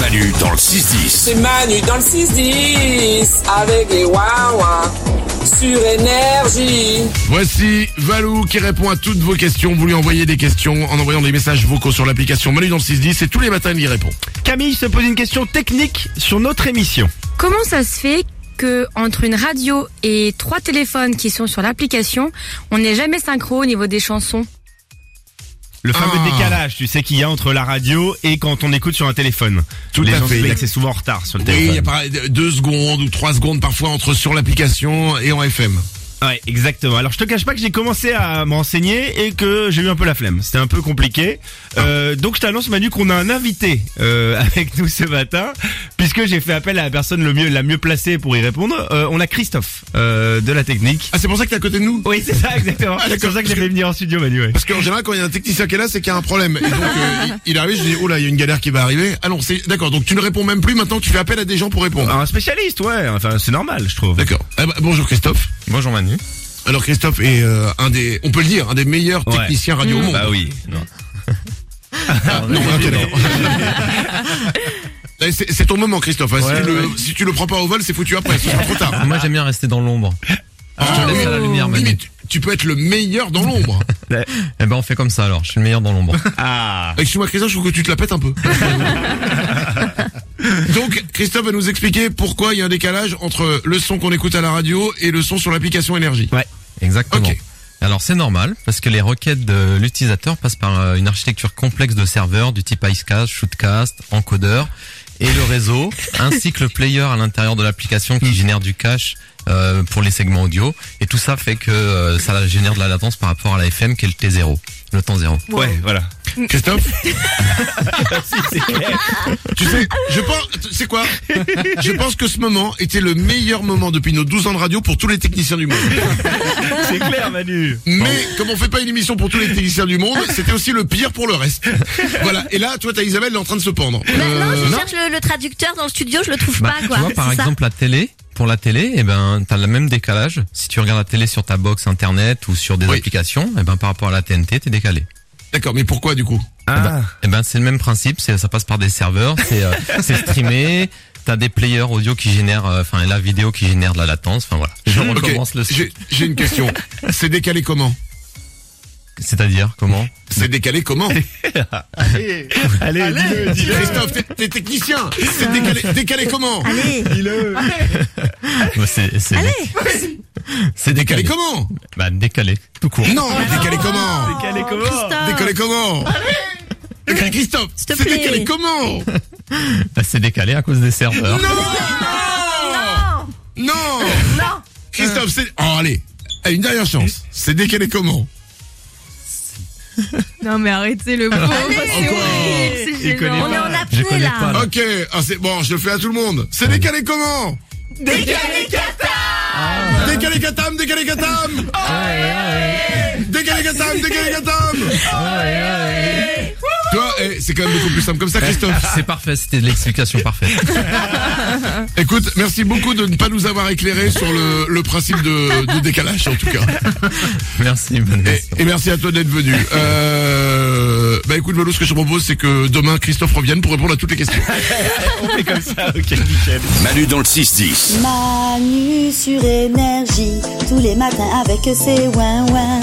Manu dans le 6-10. C'est Manu dans le 6-10 avec les Wawa sur énergie. Voici Valou qui répond à toutes vos questions. Vous lui envoyez des questions en envoyant des messages vocaux sur l'application Manu dans le 6-10 et tous les matins il y répond. Camille se pose une question technique sur notre émission. Comment ça se fait que entre une radio et trois téléphones qui sont sur l'application, on n'est jamais synchro au niveau des chansons Le fameux Ah. décalage, tu sais, qu'il y a entre la radio et quand on écoute sur un téléphone. Tout Les à gens fait. se plaignent que c'est souvent en retard sur le Oui, il y a téléphone. pareil, deux secondes ou trois secondes parfois entre sur l'application et en FM. Ouais, exactement. Alors je te cache pas que j'ai commencé à m'enseigner et que j'ai eu un peu la flemme. C'était un peu compliqué. Ah. Euh, donc je t'annonce Manu qu'on a un invité euh, avec nous ce matin, puisque j'ai fait appel à la personne le mieux, la mieux placée pour y répondre. Euh, on a Christophe euh, de la technique. Ah, c'est pour ça que t'es à côté de nous Oui, c'est ça, exactement. Ah, c'est d'accord. pour ça que j'ai fait venir en studio, Manu. Ouais. Parce qu'en général, quand il y a un technicien qui est là, c'est qu'il y a un problème. Et donc, euh, il, il arrive, je dis, oh là, il y a une galère qui va arriver. Ah non, c'est, d'accord, donc tu ne réponds même plus, maintenant tu fais appel à des gens pour répondre. Un spécialiste, ouais. Enfin, c'est normal, je trouve. D'accord. Eh ben, bonjour Christophe. Bonjour Manu. Alors Christophe est euh, un des, on peut le dire, un des meilleurs Ouais. techniciens radio au monde. Bah oui. Non. Ah, Non, ok, d'accord. Eh, C'est c'est ton moment, Christophe. hein. si, tu le, si tu le prends pas au vol, c'est foutu après. Ce sera trop tard. Moi j'aime bien rester dans l'ombre. Ah, je te laisse oui. à la lumière Oui, mais Manu. tu, tu peux être le meilleur dans l'ombre. Eh ben on fait comme ça alors, je suis le meilleur dans l'ombre. Ah. Excuse-moi, Christophe, je trouve que tu te la pètes un peu. Donc, Christophe va nous expliquer pourquoi il y a un décalage entre le son qu'on écoute à la radio et le son sur l'application énergie. Ouais. Exactement. Ok. Alors c'est normal parce que les requêtes de l'utilisateur passent par euh, une architecture complexe de serveurs du type Icecast, Shootcast, encodeur et le réseau, ainsi que le player à l'intérieur de l'application Mm. qui génère du cache euh, pour les segments audio. Et tout ça fait que euh, ça génère de la latence par rapport à la FM qui est le T0, le temps zéro. Ouais, voilà. Christophe, tu sais, je pense, tu sais quoi Je pense que ce moment était le meilleur moment depuis nos 12 ans de radio pour tous les techniciens du monde. C'est clair, Manu. Mais comme on fait pas une émission pour tous les techniciens du monde, c'était aussi le pire pour le reste. Voilà. Et là, toi, t'as Isabelle elle est en train de se pendre. Bah, non, Euh, je cherche le, le traducteur dans le studio, je le trouve Bah, pas, quoi. Tu vois, par C'est ça. exemple, la télé, pour la télé, eh ben, t'as le même décalage. Si tu regardes la télé sur ta box internet ou sur des Oui. applications, eh ben, par rapport à la TNT, t'es décalé. D'accord, mais pourquoi du coup Ah. Eh ben, c'est le même principe, c'est, ça passe par des serveurs, c'est, euh, c'est streamé, t'as des players audio qui génèrent, euh, enfin, et la vidéo qui génère de la latence, enfin, voilà. Je Ok, recommence le, j'ai- J'ai une question. C'est décalé comment c'est-à-dire, comment? C'est décalé comment Allez, dis-le, dis-le. Christophe, t'es- t'es technicien. C'est décalé, décalé comment Ah. Allez, dis-le. Bah, c'est, c'est, allez, c'est Décalé décalé. comment Bah, décalé, tout court. Non, Bah décalé comment Décalé comment Christophe. Décalé comment Décalé Christophe, Ah. S'il te c'est plaît. décalé comment Bah, c'est décalé à cause des serveurs. Non Non Non. Christophe, c'est... Oh, allez Allez, une dernière chance. C'est décalé comment Non mais arrêtez Ah, le mot, c'est Encore. horrible, c'est Il connaît gênant. on est en Je apnée connais là. pas, là. Ok, ah, c'est bon, je le fais à tout le monde. C'est décalé comment Décalé Katam Décalé Katam Décalé Katam Décalé Katam Toi, eh, c'est quand même beaucoup plus simple comme ça, Christophe. C'est parfait, c'était de l'explication parfaite. Écoute, merci beaucoup de ne pas nous avoir éclairé sur le, le principe de, de décalage, en tout cas. Merci, bonne Et, question. et merci à toi d'être venu. Euh, bah écoute, Valo, ce que je te propose, c'est que demain, Christophe revienne pour répondre à toutes les questions. On fait comme ça, ok, nickel. Manu dans le 6-10. Manu sur énergie, tous les matins avec ses ouin ouin.